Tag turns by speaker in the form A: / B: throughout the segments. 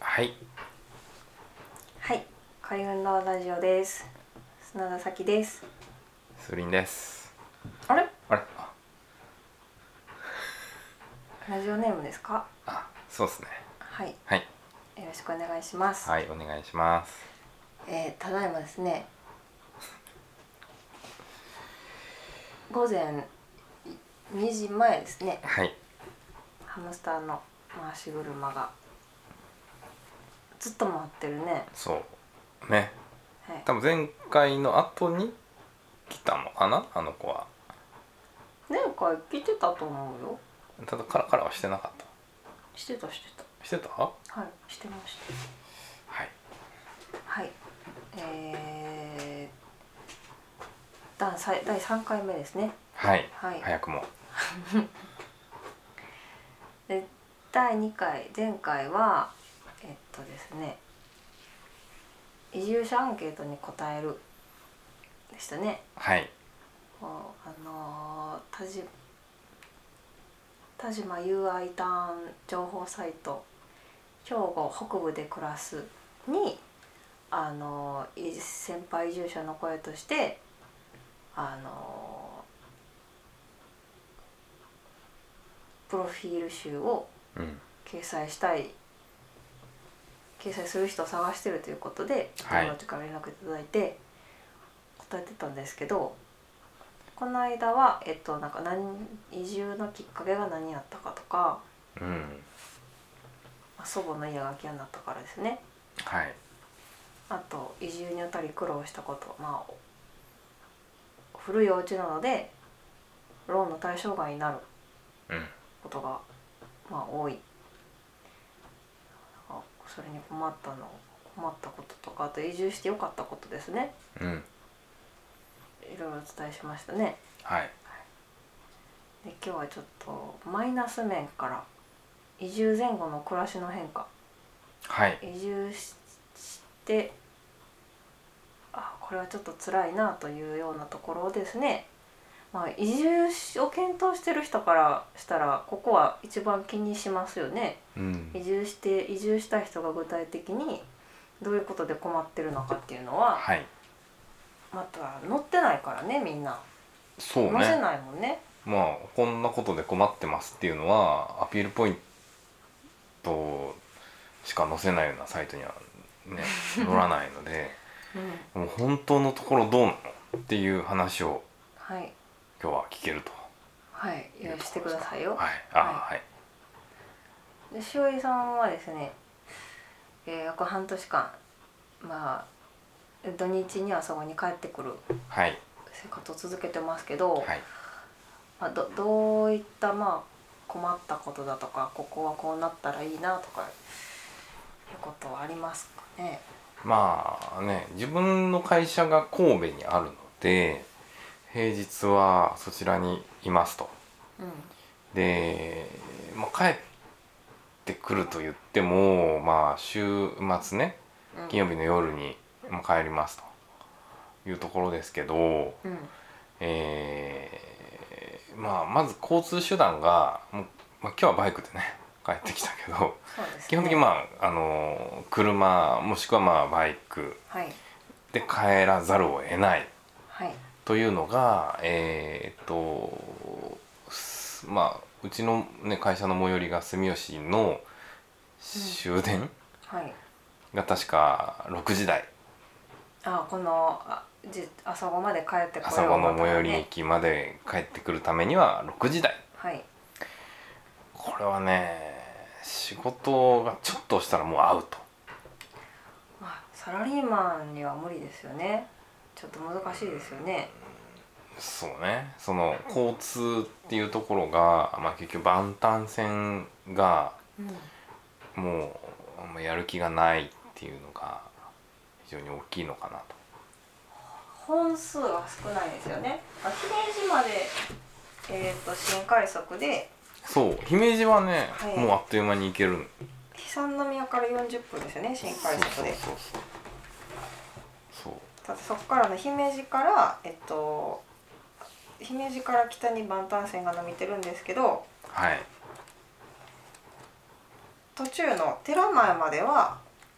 A: はい
B: はい、海軍のラジオです。砂田咲です。
A: スリンです
B: あれ、
A: あれあ
B: ラジオネームですか。
A: あそうですね
B: はい、
A: はい
B: よろしくお願いします。
A: はいお願いします
B: えーただいまですね。午前2時前ですね。
A: はい
B: ハムスターの回し車がずっと回ってるね。
A: そうね
B: はい。
A: 多分前回の後に来たのかなあの子は
B: 前回来てたと思うよ。
A: ただカラカラはしてなかっ
B: してたしてた。
A: たしてたは
B: はい、してました。
A: い
B: はい、えー、ださい第3回目ですね
A: はい、
B: はい
A: 早くも
B: で第2回前回はえっとですね移住者アンケートに答えるでしたね
A: はい
B: こうあのー田島田島 UI ターン情報サイト兵庫北部で暮らすにあのーい先輩移住者の声としてあのープロフィール集を
A: うん
B: 掲載したい掲載する人を探してるということで
A: はい
B: 友達から連絡いただいて答えてたんですけど、この間は、えっと、なんか何移住のきっかけが何やったかとか、
A: うん
B: まあ祖母の家が空き家になったからですね
A: はい
B: あと移住にあたり苦労したことまあお古いお家なのでローンの対象外になる
A: うん
B: ことがまあ多いあそれに困ったの困ったこととかあと移住して良かったことですね
A: うん
B: いろいろお伝えしましたね
A: はい
B: で今日はちょっとマイナス面から移住前後の暮らしの変化
A: はい
B: 移住ししてあこれはちょっと辛いなというようなところをですねまあ、移住を検討してる人からしたらここは一番気にしますよね。
A: うん
B: 移住して移住した人が具体的にどういうことで困ってるのかっていうのは
A: はい
B: また載ってないからねみんな
A: そう
B: 載
A: ね
B: せないもんね
A: まあこんなことで困ってますっていうのはアピールポイントしか載せないようなサイトには ね載らないので
B: うん
A: もう本当のところどうなのっていう話を
B: はい
A: 今日は聞けると
B: はい
A: いうところ
B: 用意
A: です
B: し
A: か
B: てください
A: は
B: よ
A: いあはい
B: でしおりさんはですね、えー約半年間まあ土日にはそこに帰ってくる
A: はい
B: 生活を続けてますけど、
A: はい
B: まあ、どどういったまあ困ったことだとかここはこうなったらいいなとかいうことはありますかね
A: まあね自分の会社が神戸にあるので平日はそちらにいますと
B: うん
A: で、まあ、帰ってくると言ってもまあ週末ね
B: うん
A: 金曜日の夜にもう帰りますというところですけど、
B: うん
A: えーまあ、まず交通手段がもう、まあ、今日はバイクでね帰ってきたけど
B: そうですね、
A: 基本的にまああの車もしくはまあバイク
B: はい
A: で帰らざるを得ない
B: はい
A: というのがえーっとすまあうちの、ね、会社の最寄りが住吉の終電
B: はい
A: が確か6時台
B: あこのあじ朝ごまで帰ってこ
A: 朝ごの
B: ま
A: 最
B: た
A: 寄り
B: ね
A: 駅まで帰ってくるためには6時台
B: はい
A: これはね仕事がちょっとしたらもうアウト
B: まあサラリーマンには無理ですよねちょっと難しいですよね
A: そうねその交通っていうところが、まあ、結局万端線が
B: うん
A: もうあんまやる気がないっていうのが非常に大きいのかなと
B: 本数が少ないですよねあ姫路までえっ、と新快速で
A: そう姫路はね、
B: はい
A: もうあっという間に行けるん
B: 三宮から40分ですよね新快速で
A: そうそうそうそう
B: ただそこからの姫路からえっと姫路から北に万端線が伸びてるんですけど
A: はい
B: 途中の寺前までは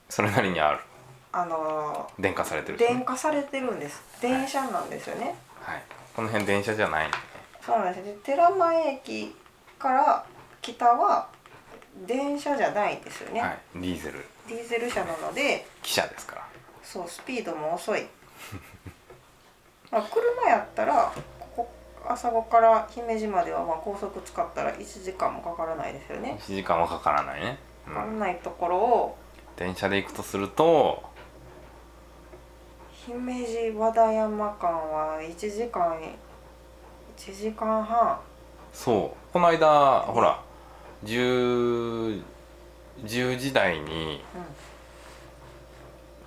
A: それなりにある
B: あの
A: 電化されてるしね
B: 電化されてるんです電車なんですよね
A: はい、この辺電車じゃないんでね
B: そうなんですよで寺前駅から北は電車じゃないんですよね、
A: はい、ディーゼル
B: ディーゼル車なので
A: 汽車ですから
B: そうスピードも遅い まあ車やったらここ朝子から姫路まではまあ高速使ったら1時間もかからないですよね
A: 1時間はかからないね、う
B: かから
A: ん、
B: ないところを
A: 電車で行くとすると
B: 姫路和田山間は1時間1時間半
A: そうこの間ほら 10, 10時台に
B: うん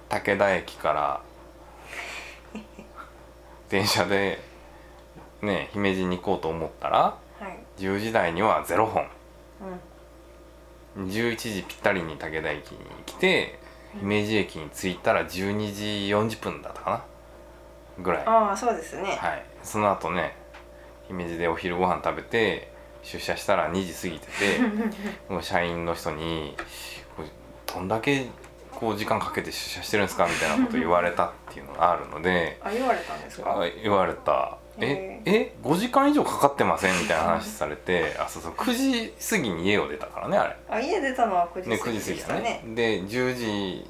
A: 武田駅から電車でね姫路に行こうと思ったら
B: はい
A: 10時台には0本
B: うん
A: 11時ぴったりに武田駅に来て姫路駅に着いたら12時40分だったかなぐらい、は
B: ああそうですね、
A: い、その後ね姫路でお昼ご飯食べて出社したら2時過ぎてて もう社員の人にこれどんだけこう時間かけて出社してるんですかみたいなこと言われたっていうのがあるので
B: あ言われたんですか、
A: あ言われた「え
B: へ
A: え5時間以上かかってません?」みたいな話されてあそうそう9時過ぎに家を出たからねあれ。
B: あ家出たのは9時
A: ね、
B: 過
A: 9
B: ぎ
A: 時
B: で
A: 過ぎ
B: し
A: だ
B: たね
A: ねで10時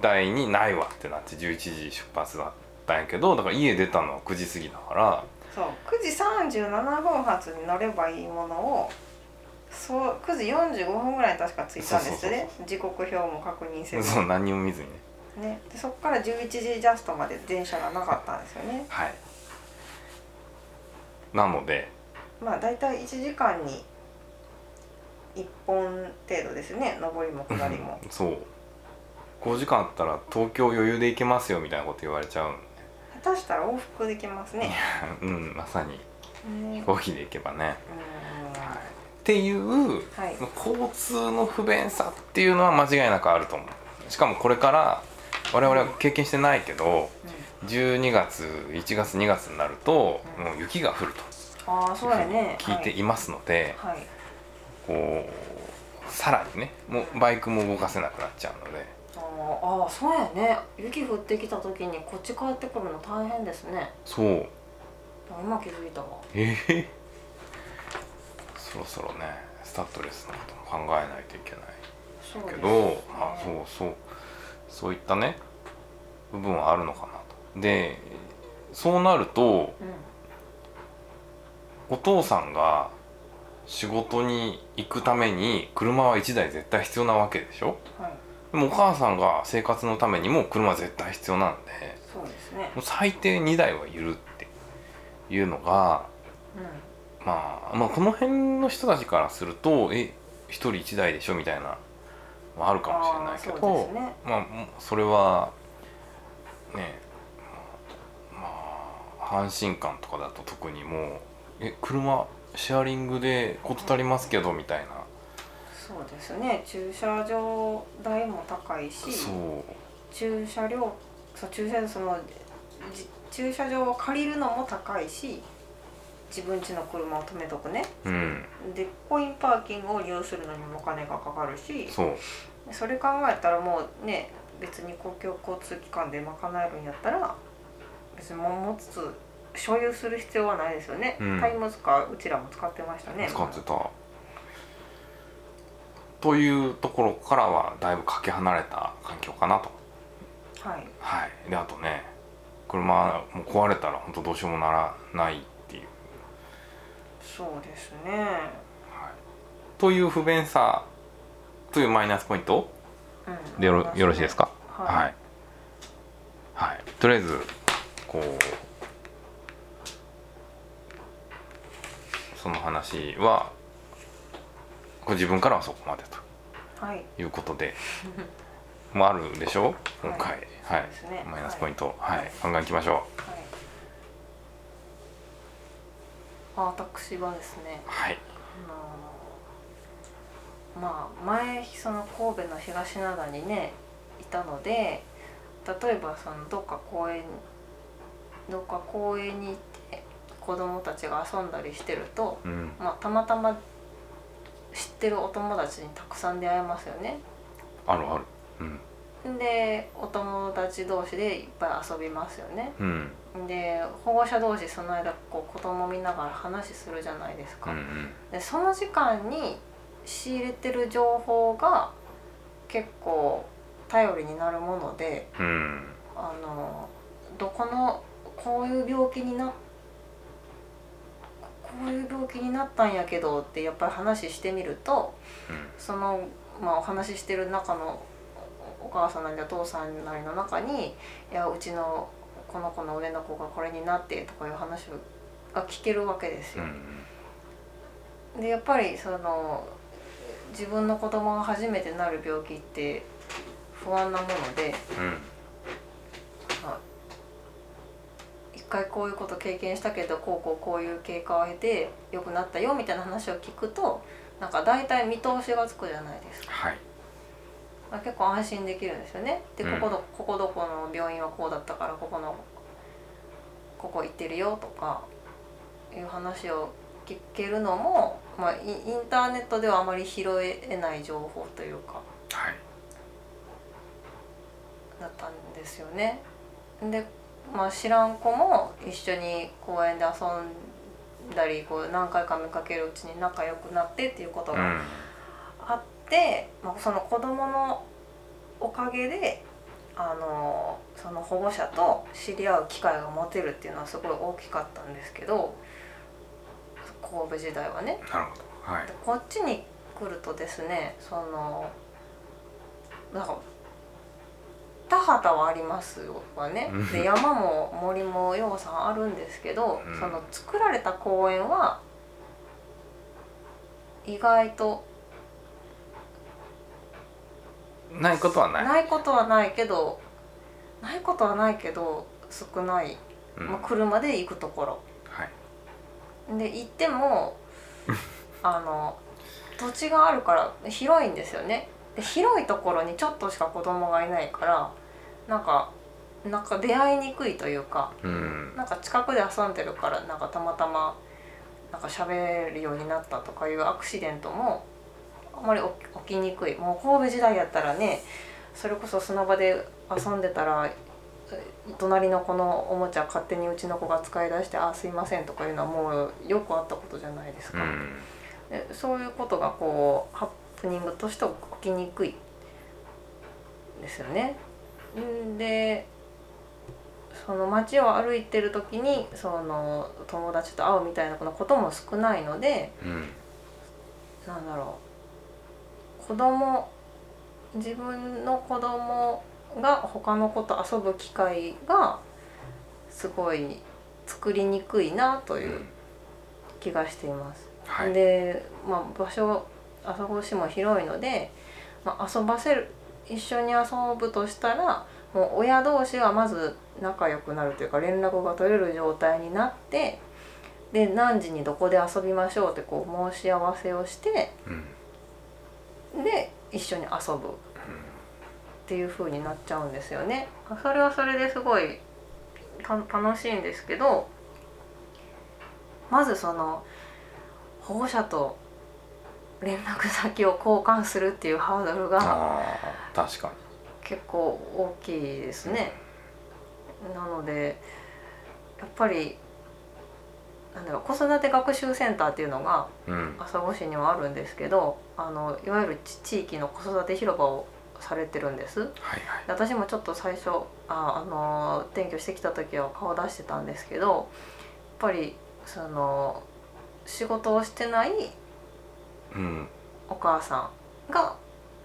A: 台にないわってなって11時出発だったんやけどだから家出たのは9時過ぎだから
B: そう9時37分発に乗ればいいものをそう9時45分ぐらいに確か着いたんですよね時刻表も確認せず
A: そう何にも見ずにね
B: ねでそこから11時ジャストまで電車がなかったんですよね
A: はいなので
B: まあ大体1時間に1本程度ですね上りも下り も
A: そう5時間あったら東京余裕で行けますよみたいなこと言われちゃうん
B: 下手したら往復できますね
A: でうんまさに
B: ね
A: 飛
B: う
A: 行機で行けばね、
B: ん
A: はい、っていう
B: はい
A: 交通の不便さっていうのは間違いなくあると思うしかもこれから我々は経験してないけど
B: うん
A: 12月1月2月になると
B: うん
A: もう雪が降る
B: ああ
A: と
B: そうや
A: いう
B: ね
A: ふうに聞いていますので、
B: はい、はい、
A: こうさらにねもうバイクも動かせなくなっちゃうので
B: あーあーそうやね雪降ってきた時にこっち帰ってくるの大変ですね
A: そう
B: あ今気づいたわ
A: ええそろそろねスタッドレスのことも考えないといけない
B: そうです
A: け
B: ね
A: どあそうそうそういったね部分はあるのかなと。でそうなると
B: うん
A: お父さんが仕事に行くために車は1台絶対必要なわけでしょ
B: はい
A: でもお母さんが生活のためにも車は絶対必要なんで
B: そうですね
A: もう最低2台はいるっていうのが、
B: う
A: まあ、まあこの辺の人たちからするとえ一人1台でしょみたいなまあある
B: ん
A: かもしれないけ
B: あ
A: ど
B: ーそうですね
A: まあもうそれはねまあまあ阪神間とかだと特にもうえ車シェアリングで事足りますけどみたいな、
B: そうですね駐車場代も高いし
A: そう
B: 駐車料そう駐車そのじ駐車場を借りるのも高いし自分家の車を止めとくね
A: うん
B: でコインパーキングを利用するのにもお金がかかるし
A: そう
B: それ考えたらもうね別に公共交通機関で賄えるんやったら別にもう持つ所有する必要はないですよね、
A: うん
B: タイムズカーうちらも使ってましたね
A: 使ってた。というところからはだいぶかけ離れた環境かなと。
B: はい
A: はい、であとね車もう壊れたら本当どうしようもならないっていう。
B: そうですね
A: はい、という不便さというマイナスポイント
B: うん
A: でよろよろしいですか
B: はい、
A: はい、はい、とりあえずこうその話はこう自分からはそこまで
B: はい
A: ということ でもあるでしょう
B: は
A: 今
B: い
A: 回はい、
B: そうですね
A: マイナスポイントはい、
B: はい
A: 考えいきましょう
B: はいあ私はですね
A: はい
B: あのまあ前その神戸の東灘にねいたので例えばそのどっか公園どっか公園に行って子供たちが遊んだりしてると、
A: うん
B: まあ、たまたま知ってるお友達にたくさん出会えますよね。
A: あるあるうん
B: でお友達同士でいっぱい遊びますよね
A: うん
B: で保護者同士その間こう子供見ながら話するじゃないです
A: う
B: か、
A: ん
B: でその時間に仕入れてる情報が結構頼りになるもので
A: うんうん
B: あのどこのこういう病気になこういう病気になったんやけどってやっぱり話してみるとその、まあ、お話ししてる中のおお母さんなりお父さんなりの中に「いやうちのこの子の上の子がこれになって」とかいう話が聞けるわけで
A: う
B: すよ。
A: ん
B: でやっぱりその自分の子供が初めてなる病気って不安なもので
A: うん
B: 一回こういうこと経験したけどこうこうこういう経過を経て良くなったよみたいな話を聞くとなんか大体見通しがつくじゃないですか、
A: はい
B: まあ、結構安心できるんですよねでこ
A: うん
B: こどここどこの病院はこうだったからここのここ行ってるよとかいう話を聞けるのも、まあ、インインターネットではあまり拾えない情報というか
A: はい
B: だったんですよね。で、まあ、知らん子も一緒に公園で遊んだりこう何回か見かけるうちに仲良くなってっていうこと
A: う
B: が
A: ん
B: あって、まあ、その子供のおかげであのその保護者と知り合う機会が持てるっていうのはすごい大きかったんですけど神戸時代はね。
A: なるほどはい
B: でこっちに来るとですねそのなんか田畑はありますわね
A: うん
B: で山も森もようさんあるんですけど、
A: うん
B: その作られた公園は意外と
A: ないことはない
B: ないことはないけどないことはないけど少ない、
A: うん
B: まあ
A: は
B: 車で行くところ。
A: い
B: で行っ てもあの土地があるから広いんですよねで広いところにちょっとしか子供がいないからなんかなんか出会いにくいというか
A: うん
B: なんか近くで遊んでるからなんかたまたまなんか喋るようになったとかいうアクシデントもあんまり起き起きにくいもう神戸時代やったらねそれこそ砂場で遊んでたら隣の子のおもちゃ勝手にうちの子が使い出して「あすいません」とかいうのはもうよくあったことじゃないです
A: う
B: か。
A: ん
B: でそういうことがこうハプニングとして起きにくいですよね。んでその街を歩いてる時にその友達と会うみたいなことも少ないので
A: うん
B: なんだろう子供自分の子供が他の子と遊ぶ機会がすごい作りにくいなと
A: う
B: いうん気がしています。
A: はい
B: で、まあ、場所あそこ市も広いので、まあ、遊ばせる一緒に遊ぶとしたらもう親同士がまず仲良くなるというか連絡が取れる状態になってで何時にどこで遊びましょうってこう申し合わせをして
A: うん
B: で一緒に遊ぶっていう風になっちゃうんですよね。それはそれですごいた楽しいんですけどまずその保護者と連絡先を交換するっていうハードルが
A: ああ確か
B: 結構大きいですね。なのでやっぱりなんだろう子育て学習センターっていうのが
A: にうん
B: 朝来市にはあるんですけどあのいわゆる地地域の子育て広場をされてるんです。
A: はいはい
B: で私もちょっと最初あ、あのー転居してきた時は顔出してたんですけどやっぱりその仕事をしてない
A: うん
B: お母さんが、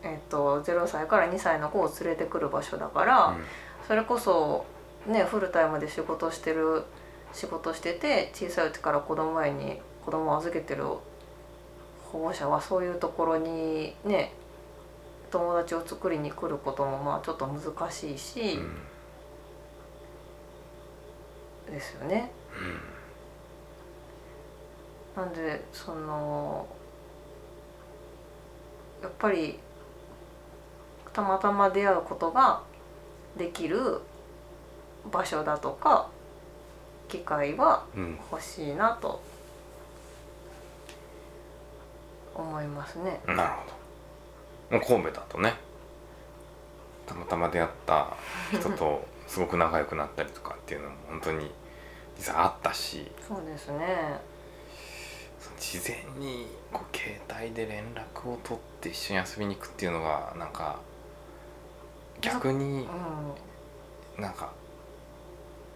B: えっと0歳から2歳の子を連れてくる場所だから、
A: うん
B: それこそ、ね、フルタイムで仕事してる仕事してて小さいうちから子供園に子供を預けてる保護者はそういうところにね友達を作りに来ることもまあちょっと難しいし。
A: うん
B: ですよね。なんでそのやっぱりたまたま出会うことができる場所だとか機会は
A: うん
B: 欲しいなと思いますね。
A: なるほど神戸だとねたまたま出会った人とすごく仲良くなったりとかっていうのも本当に実はあったし
B: そうですね
A: その事前にこう携帯で連絡を取って一緒に遊びに行くっていうのがなんか逆に
B: うん
A: なんか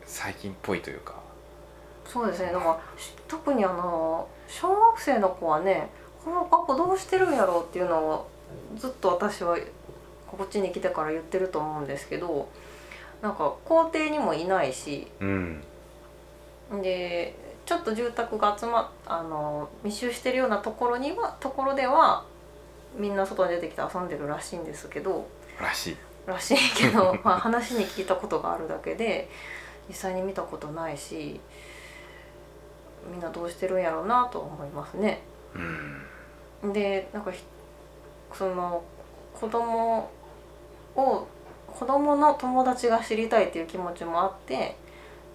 A: 最近っぽいというか
B: そうですねだからし特にあの小学生の子はねこの学校どうしてるんやろうっていうのをずっと私はこっちに来てから言ってると思うんですけどなんか校庭にもいないし
A: うん
B: でちょっと住宅が集まっあの密集してるようなところにはところではみんな外に出てきて遊んでるらしいんですけど
A: らしい
B: らしいけ どまあ話に聞いたことがあるだけで実際に見たことないしみんなどうしてるんやろうなと思いますね。
A: うん
B: でなんかひその子供を子供の友達が知りたいっていう気持ちもあって、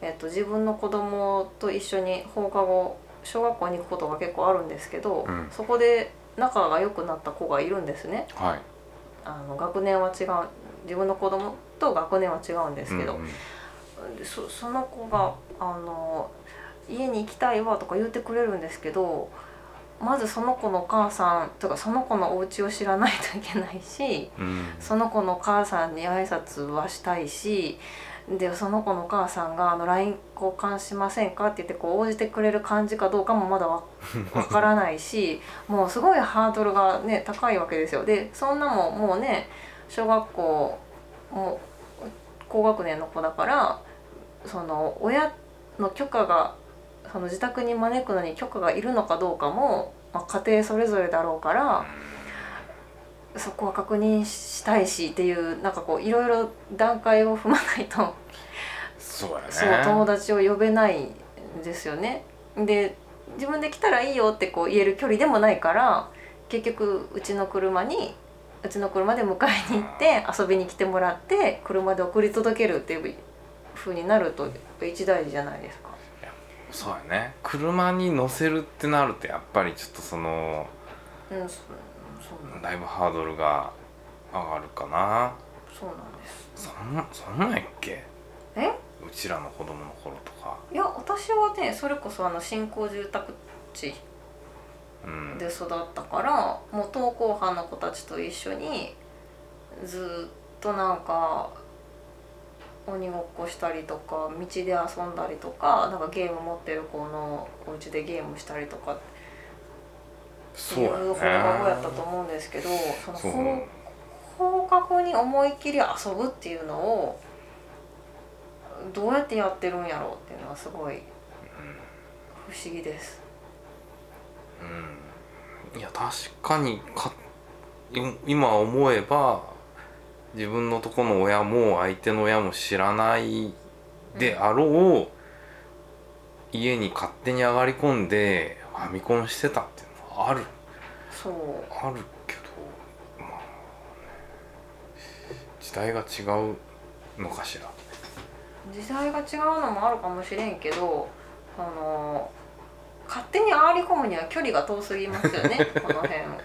B: えっと、自分の子供と一緒に放課後小学校に行くことが結構あるんですけど、
A: うん
B: そこで仲が良くなった子がいるんですね。
A: はい
B: あの学年は違う自分の子供と学年は違うんですけど、
A: うんうん
B: そその子があの「家に行きたいわ」とか言ってくれるんですけどまずその子のお母さんとかその子のお家を知らないといけないし
A: うん
B: その子のお母さんに挨拶はしたいしでその子のお母さんがあの LINE 交換しませんかって言ってこう応じてくれる感じかどうかもまだわわからないし もうすごいハードルがね高いわけですよ。でそんなもんもうね小学校も高学年の子だからその親の許可がその自宅に招くのに許可がいるのかどうかも、まあ、家庭それぞれだろうからそこは確認したいしっていうなんかこういろいろ段階を踏まないと
A: そうやね
B: そう友達を呼べないんですよね。で自分で来たらいいよってこう言える距離でもないから結局うちの車にうちの車で迎えに行って遊びに来てもらって車で送り届けるっていう風になるとやっぱ一大事じゃないですか。
A: そうやね車に乗せるってなるとやっぱりちょっとその
B: うん、そそうなん
A: だいぶハードルが上がるかな
B: そうなんです。
A: そんなそんなんやっけ
B: え
A: うちらの子供の頃とか
B: いや私はねそれこそあの新興住宅地
A: うん
B: で育ったからもう登校班の子たちと一緒にずっとなんか鬼ごっこしたりとか道で遊んだりとかなんかゲーム持ってる子のお家でゲームしたりとかって
A: そう
B: い
A: や
B: う放課後やったと
A: ね
B: 思うんですけどその
A: そう
B: 放放課後に思いっきり遊ぶっていうのをどうやってやってるんやろうっていうのはすごい不思議です。
A: うんいや確かにかい今思えば自分のとこの親も相手の親も知らないであろう、家に勝手に上がり込んでファミコンしてたっていうのはある
B: そう
A: あるけどまあ時代が違うのかしら
B: 時代が違うのもあるかもしれんけどあの勝手に回り込むには距離が遠すぎますよ ねこの辺を、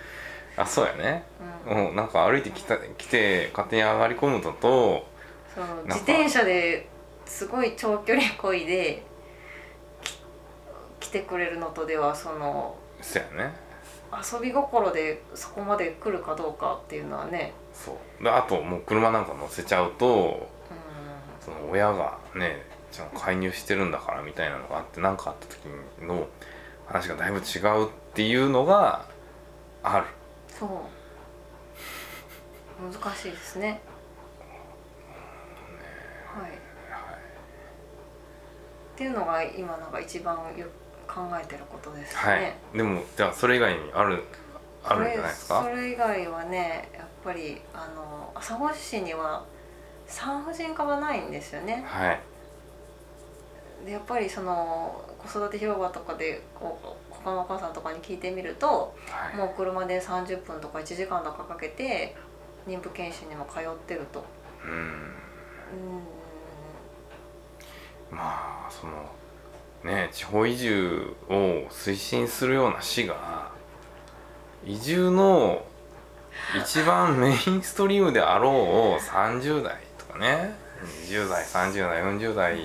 A: あそうやね
B: うん、
A: うんなんか歩いてきた来て勝手に上がり込むのと
B: そ
A: な
B: の
A: んか
B: 自転車ですごい長距離こいでき来てくれるのとではその
A: そうやね
B: 遊び心でそこまで来るかどうかっていうのはね、
A: そうであともう車なんか乗せちゃうと
B: うん、
A: その親がねちゃんと介入してるんだからみたいなのがあって何かあった時の話がだいぶ違うっていうのがある
B: そう難しいですねはいっていうのが今なんか一番よ考えてることですね、
A: はい、でもじゃあそれ以外にあるあるんじゃないです
B: そ
A: か
B: れそれ以外はねやっぱりあの朝来市には産婦人科がないんですよね
A: はい
B: でやっぱりその子育て広場とかでこう他のお母さんとかに聞いてみると
A: はい
B: もう車で30分とか1時間とかかけて妊婦検診にも通ってるとう
A: うん
B: ー
A: まあそのね地方移住を推進するような市が移住の一番メインストリームであろう30代とかね20代30代40代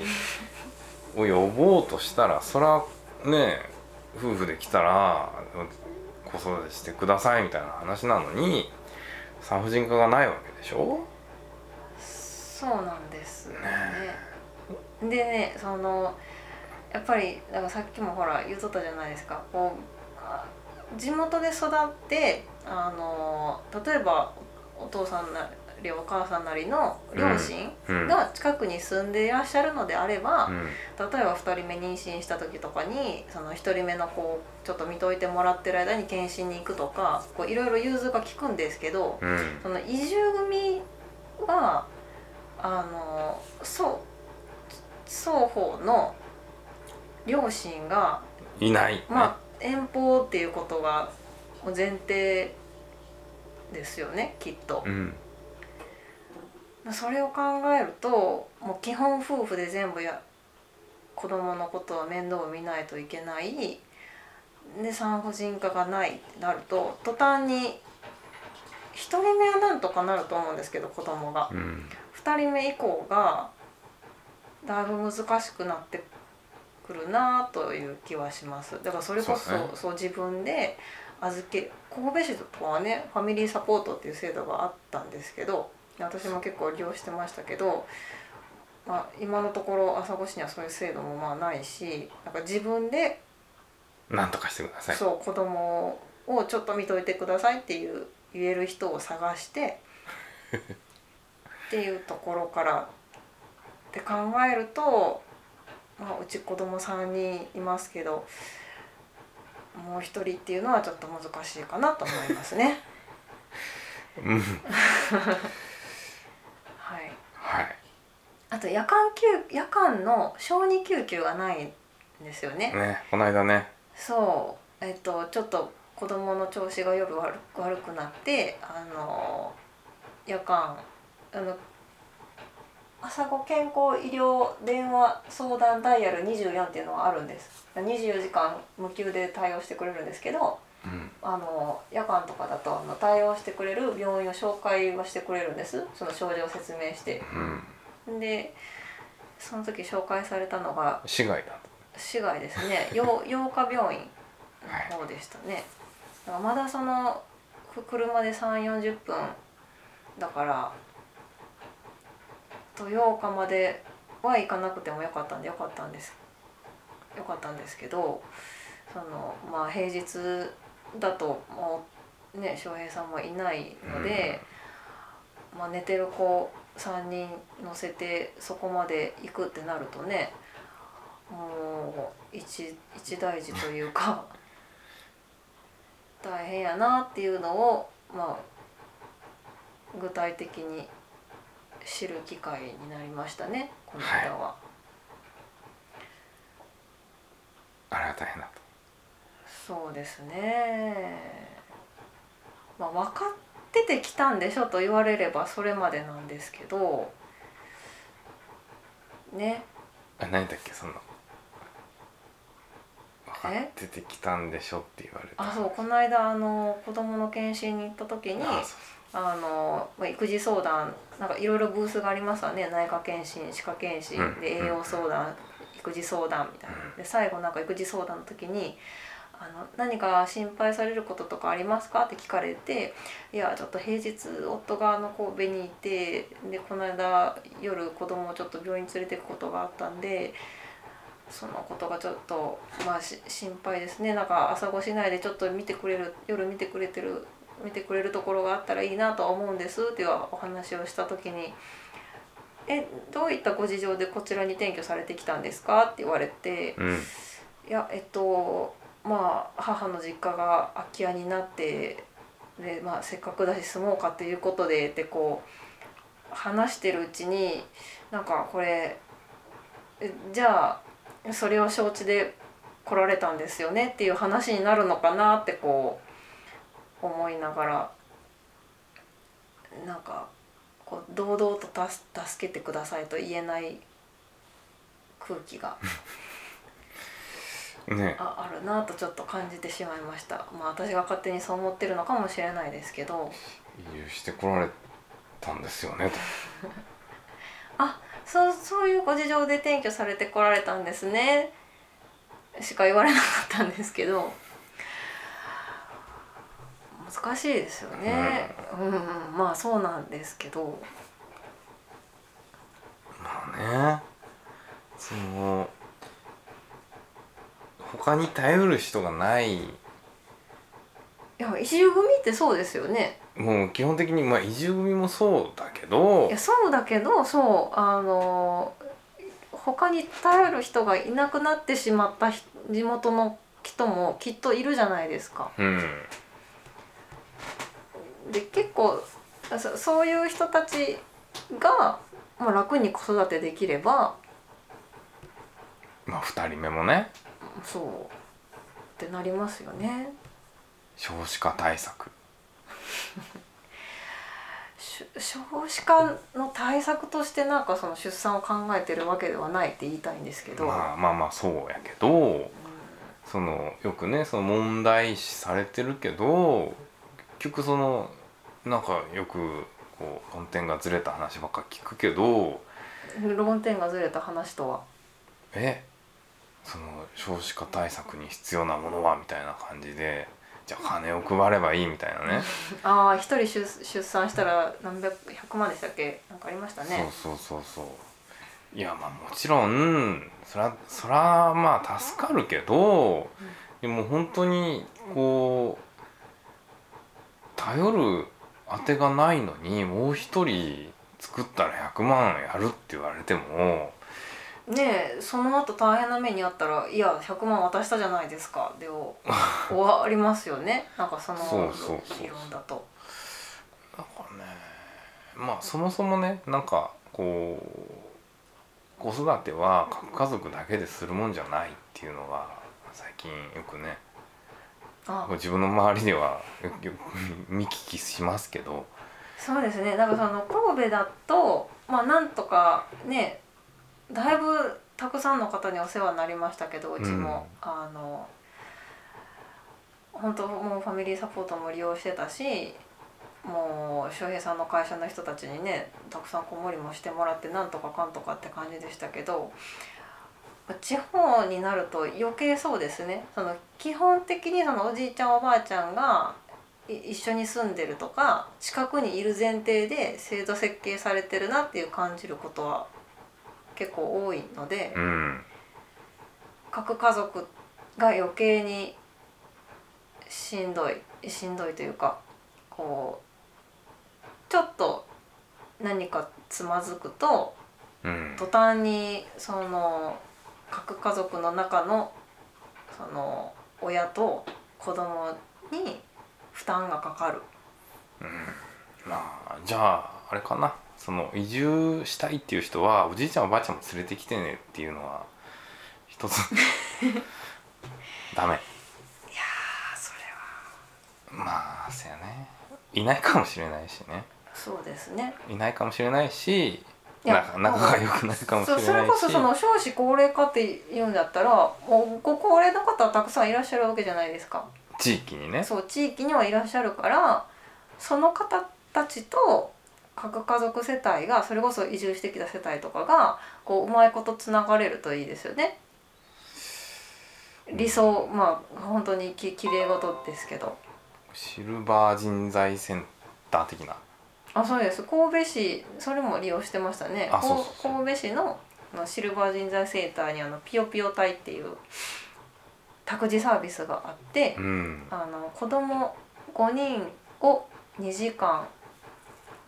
A: を呼ぼうとしたらそらね夫婦で来たら子育てしてくださいみたいな話なのに産婦人科がないわけでしょ
B: そうなんですよね。でねそのやっぱりだからさっきもほら言うとったじゃないですかこうあ地元で育ってあの例えばお父さんなりお母さんなりの両親
A: うん
B: が近くに住んでいらっしゃるのであれば、
A: うん
B: 例えば2人目妊娠した時とかにその1人目の子をちょっと見といてもらってる間に検診に行くとかこういろいろ融通が利くんですけど
A: うん
B: その移住組はあのそう双方の両親が、
A: いない、ね
B: まあ、遠方っていうことがもう前提ですよねきっと。
A: うん
B: まあそれを考えるともう基本夫婦で全部や子供のことは面倒を見ないといけないで産婦人科がないってなると途端に1人目はなんとかなると思うんですけど子供が
A: うん
B: 2人目以降がだいぶ難しくなってくるなという気はしますだからそれこそ
A: そ
B: そうう,、
A: ですね
B: 自分で預け神戸市とかはねファミリーサポートっていう制度があったんですけど私も結構利用してましたけど、まあ、今のところ朝越しにはそういう制度もまあないしなんか自分で
A: なんとかしてください
B: そう子供をちょっと見といてくださいっていう言える人を探して っていうところからって考えると、まあ、うち子供3人いますけどもう1人っていうのはちょっと難しいかなと思いますね。
A: うん
B: はい、
A: はい
B: あと夜間救夜間の小児救急がないんですよね。
A: ねこの間ね
B: そうえっとちょっと子供の調子が夜悪く悪くなってあの夜間あの朝ご健康医療電話相談ダイヤル24っていうのはあるんです24時間無給で対応してくれるんですけど
A: うん
B: あの夜間とかだとあの対応してくれる病院を紹介はしてくれるんですその症状を説明して
A: うん
B: でその時紹介されたのが
A: 市外だと
B: 市外ですねよう八日病院
A: はい
B: の方でしたね、だからまだそのく車で3 4 0分だからと8日までは行かなくてもよかったんでよかったんですよかったんですけどそのまあ平日だともうね翔平さんもいないので、まあ、寝てる子3人乗せてそこまで行くってなるとねもう一一大事というか 大変やなっていうのをまあ具体的に知る機会になりましたねこの間は、
A: あれは大変だと
B: そうですねまあ分かっててきたんでしょと言われればそれまでなんですけどね
A: あ何だっけその分かっててきたんでしょって言われた
B: あそうこの間あの子供の検診に行った時に
A: あそう
B: あのまあ育児相談なんかいろいろブースがありますわね内科検診歯科検診
A: うん
B: で栄養相談育児相談みたいなで最後なんか育児相談の時にあの「何か心配されることとかありますか?」って聞かれて「いやちょっと平日夫があの神戸にいてでこの間夜子供をちょっと病院に連れてくことがあったんでそのことがちょっとまあし心配ですねなんか朝ごし内でちょっと見てくれる夜見てくれてる見てくれるところがあったらいいなとは思うんですっていうお話をした時に「えどういったご事情でこちらに転居されてきたんですか?」って言われて
A: そううん
B: いやえっとまあ母の実家が空き家になってで、まあ、せっかくだし住もうかということでってこう話してるうちになんかこれえじゃあそれを承知で来られたんですよねっていう話になるのかなってこう思いながらなんかこう堂々とたす助けてくださいと言えない空気が
A: ね
B: ああるなとちょっと感じてしまいましたまあ私が勝手にそう思ってるのかもしれないですけど
A: 移住してこられたんですよね
B: そうそういうご事情で転居されてこられたんですねしか言われなかったんですけど難しいですよね、うん、うんまあそうなんですけど
A: とまあねその他に頼る人がない
B: いや移住組ってそうですよね
A: もう基本的にまあ移住組もそうだけど
B: いやそうだけどそうあの他に頼る人がいなくなってしまったひ地元の人もきっといるじゃないですか。
A: うん
B: で結構そそういう人たちが、まあ、楽に子育てできれば
A: まあ2人目もね
B: そうってなりますよね。
A: 少子化対策
B: し少子化の対策としてなんかその出産を考えてるわけではないって言いたいんですけど、
A: まあまあまあそうやけどそのよくねその問題視されてるけど結局そのなんかよくこう論点がずれた話ばっか聞くけど
B: うん論点がずれた話とは。
A: えその少子化対策に必要なものはみたいな感じでじゃあ金を配ればいいみたいなね
B: ああ一人出出産したら何百100万でしたっけなんかありましたね。
A: そうそうそうそういやまあもちろんそらそらまあ助かるけど、でも本当にこう頼るあてがないのにもう一人作ったら100万やるって言われても
B: ねえその後大変な目にあったら「いや100万渡したじゃないですか」でお終わりますよねなんかその
A: そうそうそう
B: 議論だと。
A: なんかねまあそもそもねなんかこう子育ては各家族だけでするもんじゃないっていうのが最近よくね
B: あ
A: 自分の周りではよくよく見聞きしますけど、
B: そうですねなんかその神戸だとまあなんとかねだいぶたくさんの方にお世話になりましたけどうちも、あの本当もうファミリーサポートも利用してたしもう翔平さんの会社の人たちにねたくさん子守りもしてもらってなんとかかんとかって感じでしたけど地方になると余計そうですねその基本的にそのおじいちゃんおばあちゃんがい一緒に住んでるとか近くにいる前提で制度設計されてるなっていう感じることは結構多いので
A: うん、
B: 各家族が余計にしんどいしんどいというかこうちょっと何かつまずくと
A: うん、
B: 途端にその各家族の中のその親と子供に負担がかかる
A: まあじゃああれかなその移住したいっていう人はおじいちゃんおばあちゃんも連れてきてねっていうのは一つダメ
B: いやーそれは
A: まあそうやねいないかもしれないしね
B: そうですね
A: いないかもしれないし
B: いや
A: な仲が良くないかもしれな
B: そう
A: いし
B: それこそその少子高齢化って言うんだったらもうご高齢の方はたくさんいらっしゃるわけじゃないですか
A: 地域にね
B: そう地域にはいらっしゃるからその方たちと各家族世帯がそれこそ移住してきた世帯とかがこううまいことつながれるといいですよね理想まあ本当にききれい事ですけど
A: シルバー人材センター的な
B: あそうです神戸市それも利用してましたね
A: あそうそ
B: こ
A: うそう
B: 神戸市のあのシルバー人材センターにあのピヨピヨ隊っていう託児サービスがあって、
A: うん
B: あの子供5人を2時間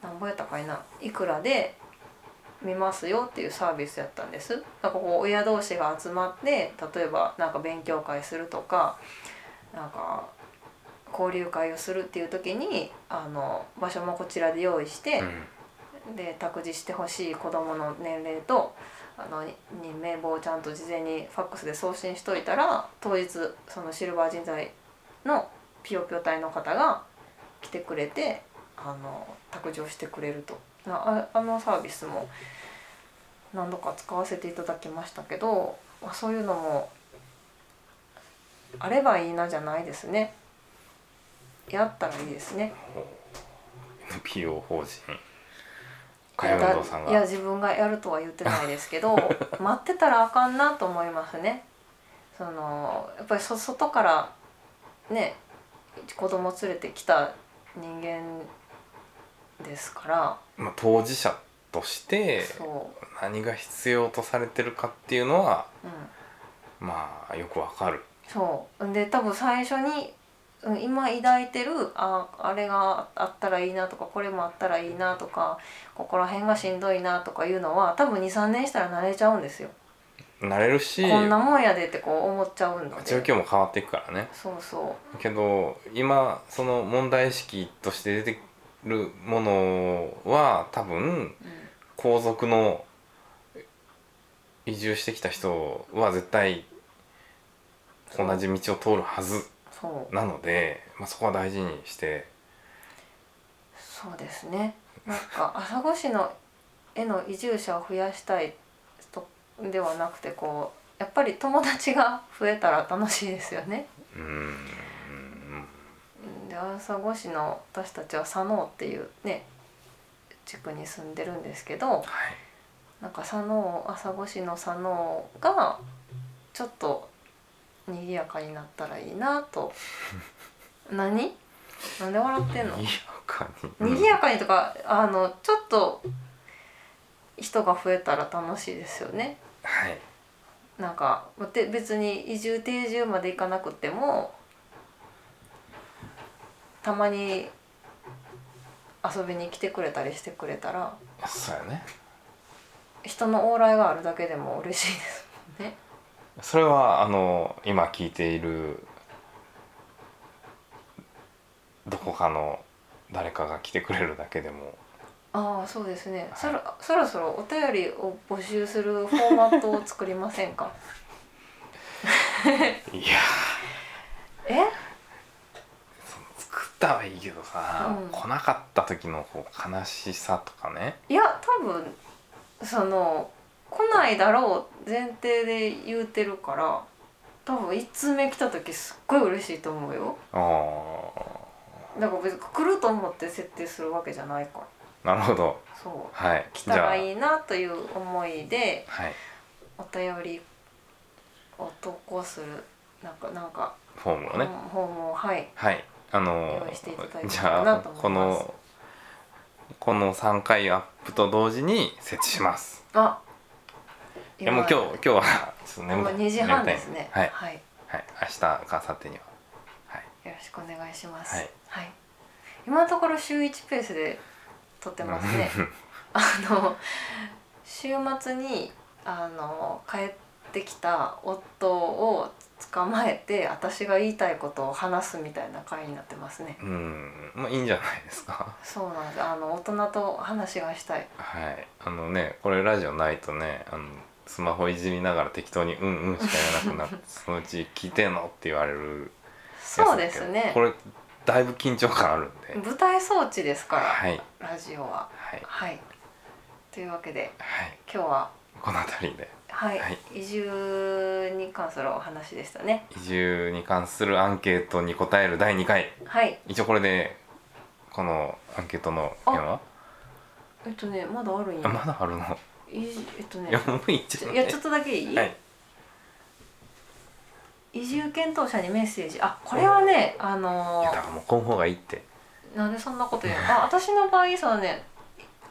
B: なんぼやったかいないくらで見ますよっていうサービスやったんですなんかこう親同士が集まって例えばなんか勉強会するとかなんか交流会をするっていう時にあの場所もこちらで用意して、
A: うん
B: で託児してほしい子どもの年齢とあのにに名簿をちゃんと事前にファックスで送信しといたら当日そのシルバー人材のピヨピヨ隊の方が来てくれてあの託児をしてくれるとなああのサービスも何度か使わせていただきましたけど、まあ、そういうのもあればいいなじゃないですねやったらいいですね
A: NPO 法人
B: い
A: か
B: や
A: よ
B: だ
A: んどさん
B: いや
A: が
B: 自分がやるとは言ってないです けど待ってたらあかんなと思いますねそのやっぱりそ外からね子供連れてきた人間ですから
A: まあ、当事者として
B: そ
A: 何が必要とされてるかっていうのは
B: う、うん、
A: まあよくわかる
B: そうんで多分最初にうん今抱いてるああれがあったらいいなとかこれもあったらいいなとかここら辺がしんどいなとかいうのは多分23年したら慣れちゃうんですよ。
A: なれるし
B: こんなもんやでってこう思っちゃうの
A: 状
B: で。
A: 況も変わっていくからね
B: そうそ
A: けど今その問題意識として出てるものは多分
B: う、うん
A: 皇族の移住してきた人は絶対
B: そう
A: 同じ道を通るはず
B: そう
A: なので、まあ、そこは大事にして
B: そうですねなんか 朝来市のへの移住者を増やしたいとではなくてこうやっぱり友達が増えたら楽しいですよね。
A: うーん
B: で朝来市の私たちは佐野っていうね地区に住んでるんですけど
A: はい
B: なんか佐野朝来市の佐野がちょっと賑やかになったらいいな と何なんで笑ってんの
A: 賑やかに
B: 賑やかにとかあのちょっと人が増えたら楽しいですよね
A: はい
B: なんかで別に移住定住まで行かなくてもたまに遊びに来てくれたりしてくれたら
A: そうやね
B: 人の往来があるだけでも嬉しいですもんね
A: それはあの今聞いているどこかの誰かが来てくれるだけでも
B: ああそうですね、
A: い
B: そろそろそろお便りを募集するフォーマットを作りませんか
A: いや
B: え
A: 作ったはいいけどさ、
B: うん
A: 来なかった時のこう悲しさとかね
B: いや多分その来ないだろう前提で言うてるから多分1通目来た時すっごい嬉しいと思うよ
A: あ
B: だから別に来ると思って設定するわけじゃないか
A: ー
B: ら
A: なるほど
B: そう
A: はい
B: 来たらい
A: じ
B: いなという思いで
A: ゃあはい
B: お便りを投稿するなんかなんか
A: フォームをね、
B: 訪問をはい
A: はいあの
B: 用意していただいたら
A: じゃ
B: な
A: あ
B: と思います
A: このこの3回アップと同時に設置します
B: あ
A: いやもう今日今日はちょっと
B: も
A: 眠
B: う
A: たい
B: 2時半ですね
A: 眠たいはい、
B: はい
A: はい、明日か明後日にははい
B: よろしくお願いします。
A: はい
B: 今のところ週1ペースで撮ってますね。 あの週末にあの帰ってきた夫を捕まえて私が言いたいことを話すみたいな回になってますね。
A: うんまあいいんじゃないですか
B: そうなんです。あの大人と話がしたい。
A: はいあのねこれラジオないとねあのスマホいじりながら適当に「うんうん」しか言えなくな ってそのうち「聞いてんの?」って言われるやつ
B: そう
A: だけ
B: で
A: ど
B: すね
A: こ。れだいぶ緊張感あるんで
B: 舞台装置ですから、
A: はい
B: ラジオは。
A: はい
B: はい。というわけで
A: はい
B: 今日は
A: この辺りで
B: はい、
A: はい
B: 移住に関するお話でしたね。
A: 移住に関するアンケートに答える第2回
B: はい。
A: 一応これでこのアンケートの件は
B: えっとね、まだあるん
A: あ
B: や。
A: まだあるの
B: いじえっと
A: い
B: ね
A: や、もういっち
B: ち
A: ゃ
B: ょ
A: う
B: いやちょっとだけいい、
A: はい
B: 移住検討者にメッセージ。あ、これはね、あ
A: い
B: の
A: やだからもうこの方がいいって
B: ーなんでそんなこと言うの。 あ、私の場合そのね、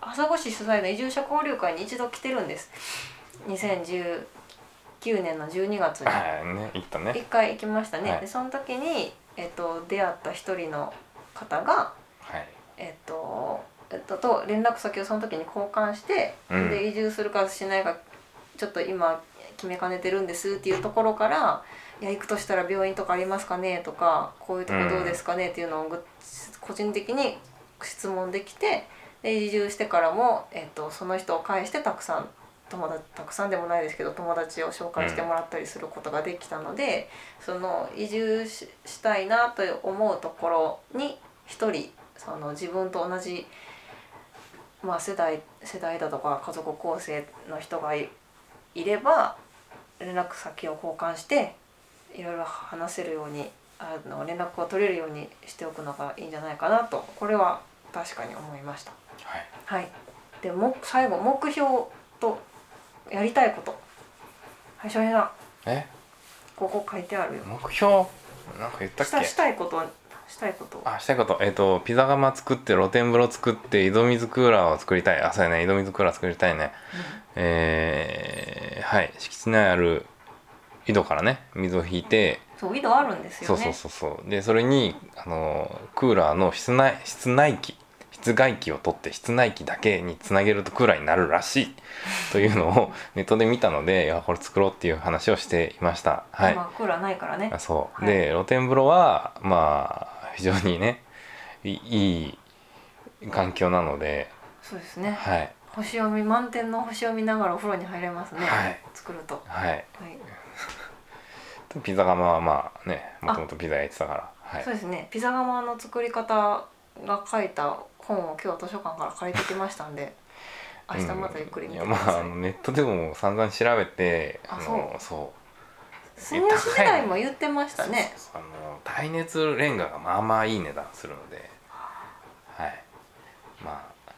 B: 朝来市主催の移住者交流会に一度来てるんです。2019年の12月に
A: ああね行った
B: 一
A: ね
B: 回行きましたね。
A: はい
B: でその時にえっと出会った一人の方が
A: はい
B: えっと、えっと、と連絡先をその時に交換して、
A: うん
B: で移住するかしないかちょっと今決めかねてるんですっていうところから「いや行くとしたら病院とかありますかね?」とか「こういうとこどうですかね?」っていうのをぐ個人的に質問できてで移住してからも、えっと、その人を介してたくさん友達たくさんでもないですけど友達を紹介してもらったりすることができたので、その移住ししたいなと思うところに一人その自分と同じ、まあ、世代世代だとか家族構成の人がいいれば連絡先を交換していろいろ話せるようにあの連絡を取れるようにしておくのがいいんじゃないかなとこれは確かに思いました。
A: はい
B: はい、でも最後目標とやりたいことはい翔平さん
A: え
B: ここ書いてあるよ
A: 目標なんか言ったっ
B: した
A: け
B: したいことしたいこと
A: あしたいことえっ、とピザ窯作って露天風呂作って井戸水クーラーを作りたいあそうやね井戸水クーラー作りたいねえー、はい敷地内ある井戸からね水を引いて、
B: そう井戸あるんです
A: そ
B: よ
A: うそう
B: ね
A: そうそうでそれにあのクーラーの室内室内機室外機を取って室内機だけにつなげるとクーラーになるらし いというのをネットで見たのでいやこれ作ろうっていう話をしていましたはい
B: まあクーラーないからね
A: あそう、
B: はい
A: で露天風呂はまあ非常にねいいい環境なので
B: そうですね
A: はい
B: 星読み満点の星を見ながらお風呂に入れますね、
A: はい
B: 作るとは
A: はい
B: い、
A: ピザ窯はまあねもともとピザ焼いてたからはい
B: そうですねピザ窯の作り方が書いた本を今日図書館から借りてきましたんで明日またゆっくり見 て
A: う
B: く
A: ん
B: だ
A: や
B: さい,、
A: まああのネットでも散々調べて
B: あ
A: のそ
B: スニーシ時代も言ってました
A: う
B: ね
A: そうそうそうあの耐熱レンガがまあまあいい値段するのではいまあ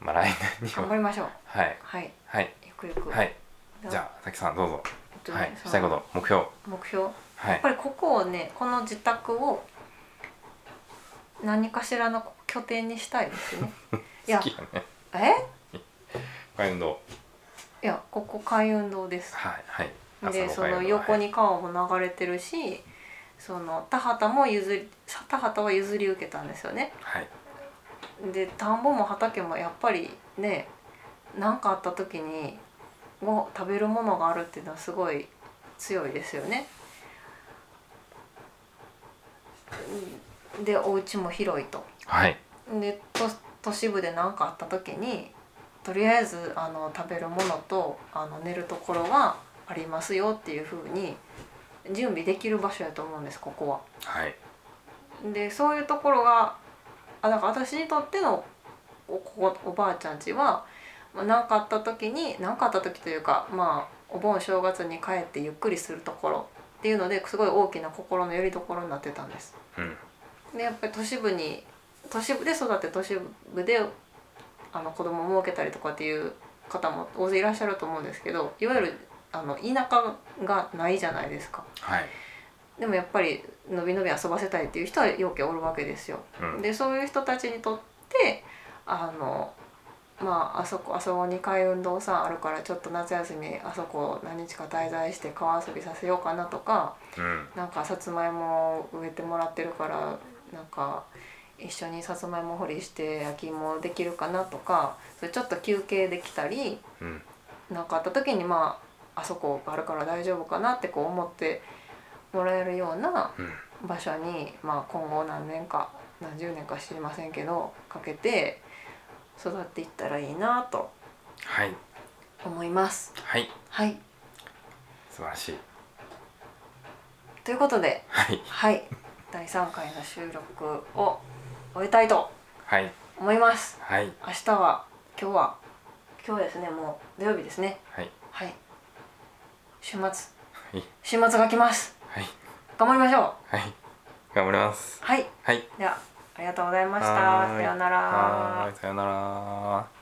A: まあ来年に
B: 頑張
A: は
B: りましょう
A: はい
B: はい
A: はい
B: ゆくゆく
A: はい
B: では
A: じゃあさきさんどうぞ
B: えっとね
A: はい
B: その
A: したいこと目標
B: 目標や
A: は
B: っ
A: い
B: ぱりここをねこの自宅を何かしらの拠点にしたいで すねいや
A: 好きやね
B: え
A: 深い運動
B: いやここ海運動です
A: はいはい
B: で
A: 朝
B: その
A: 海運動
B: 横に川も流れてるしその田畑も譲り田畑は譲り受けたんですよね
A: はい
B: で田んぼも畑もやっぱりね何かあった時にもう食べるものがあるっていうのはすごい強いですよね。うんでお家も広いと。
A: はい
B: で都都市部で何かあった時にとりあえずあの食べるものとあの寝るところがありますよっていうふうに準備できる場所やと思うんですここは。
A: はい
B: でそういうところがあだから私にとってのおこおばあちゃんちはまあ何かあった時に何かあった時というかまあお盆正月に帰ってゆっくりするところっていうのですごい大きな心の拠り所になってたんです。
A: うん
B: でやっぱり都市部に都市部で育って都市部であの子供を設けたりとかっていう方も大勢いらっしゃると思うんですけどいわゆるあの田舎がないじゃないですか。
A: はい
B: でもやっぱりのびのび遊ばせたいっていう人はよくおるわけですよ。
A: うん
B: でそういう人たちにとってあのまああそこあそこに海運動さんあるからちょっと夏休みあそこ何日か滞在して川遊びさせようかなとか
A: うん
B: なんかさつまいも植えてもらってるからなんか一緒にさつまいも掘りして焼き芋できるかなとかそれちょっと休憩できたり
A: うん
B: なんかあった時にまああそこがあるから大丈夫かなってこう思ってもらえるような
A: うん
B: 場所に、まあ、今後何年か何十年か知りませんけどかけて育っていったらいいなと
A: はい
B: 思います。
A: はい
B: はい、
A: 素晴らしい
B: ということで、
A: はい
B: はい、第3回の収録を終えたいと
A: はい
B: 思います。
A: はい
B: 明日は今日は今日ですねもう土曜日ですね。
A: はい
B: はい、週末
A: い
B: 週末が来ます。
A: はい
B: 頑張りましょう。
A: はい頑張ります
B: はい、
A: はい
B: ではありがとうございまし
A: は
B: た。
A: ーい
B: さようなら。
A: はーいさよなら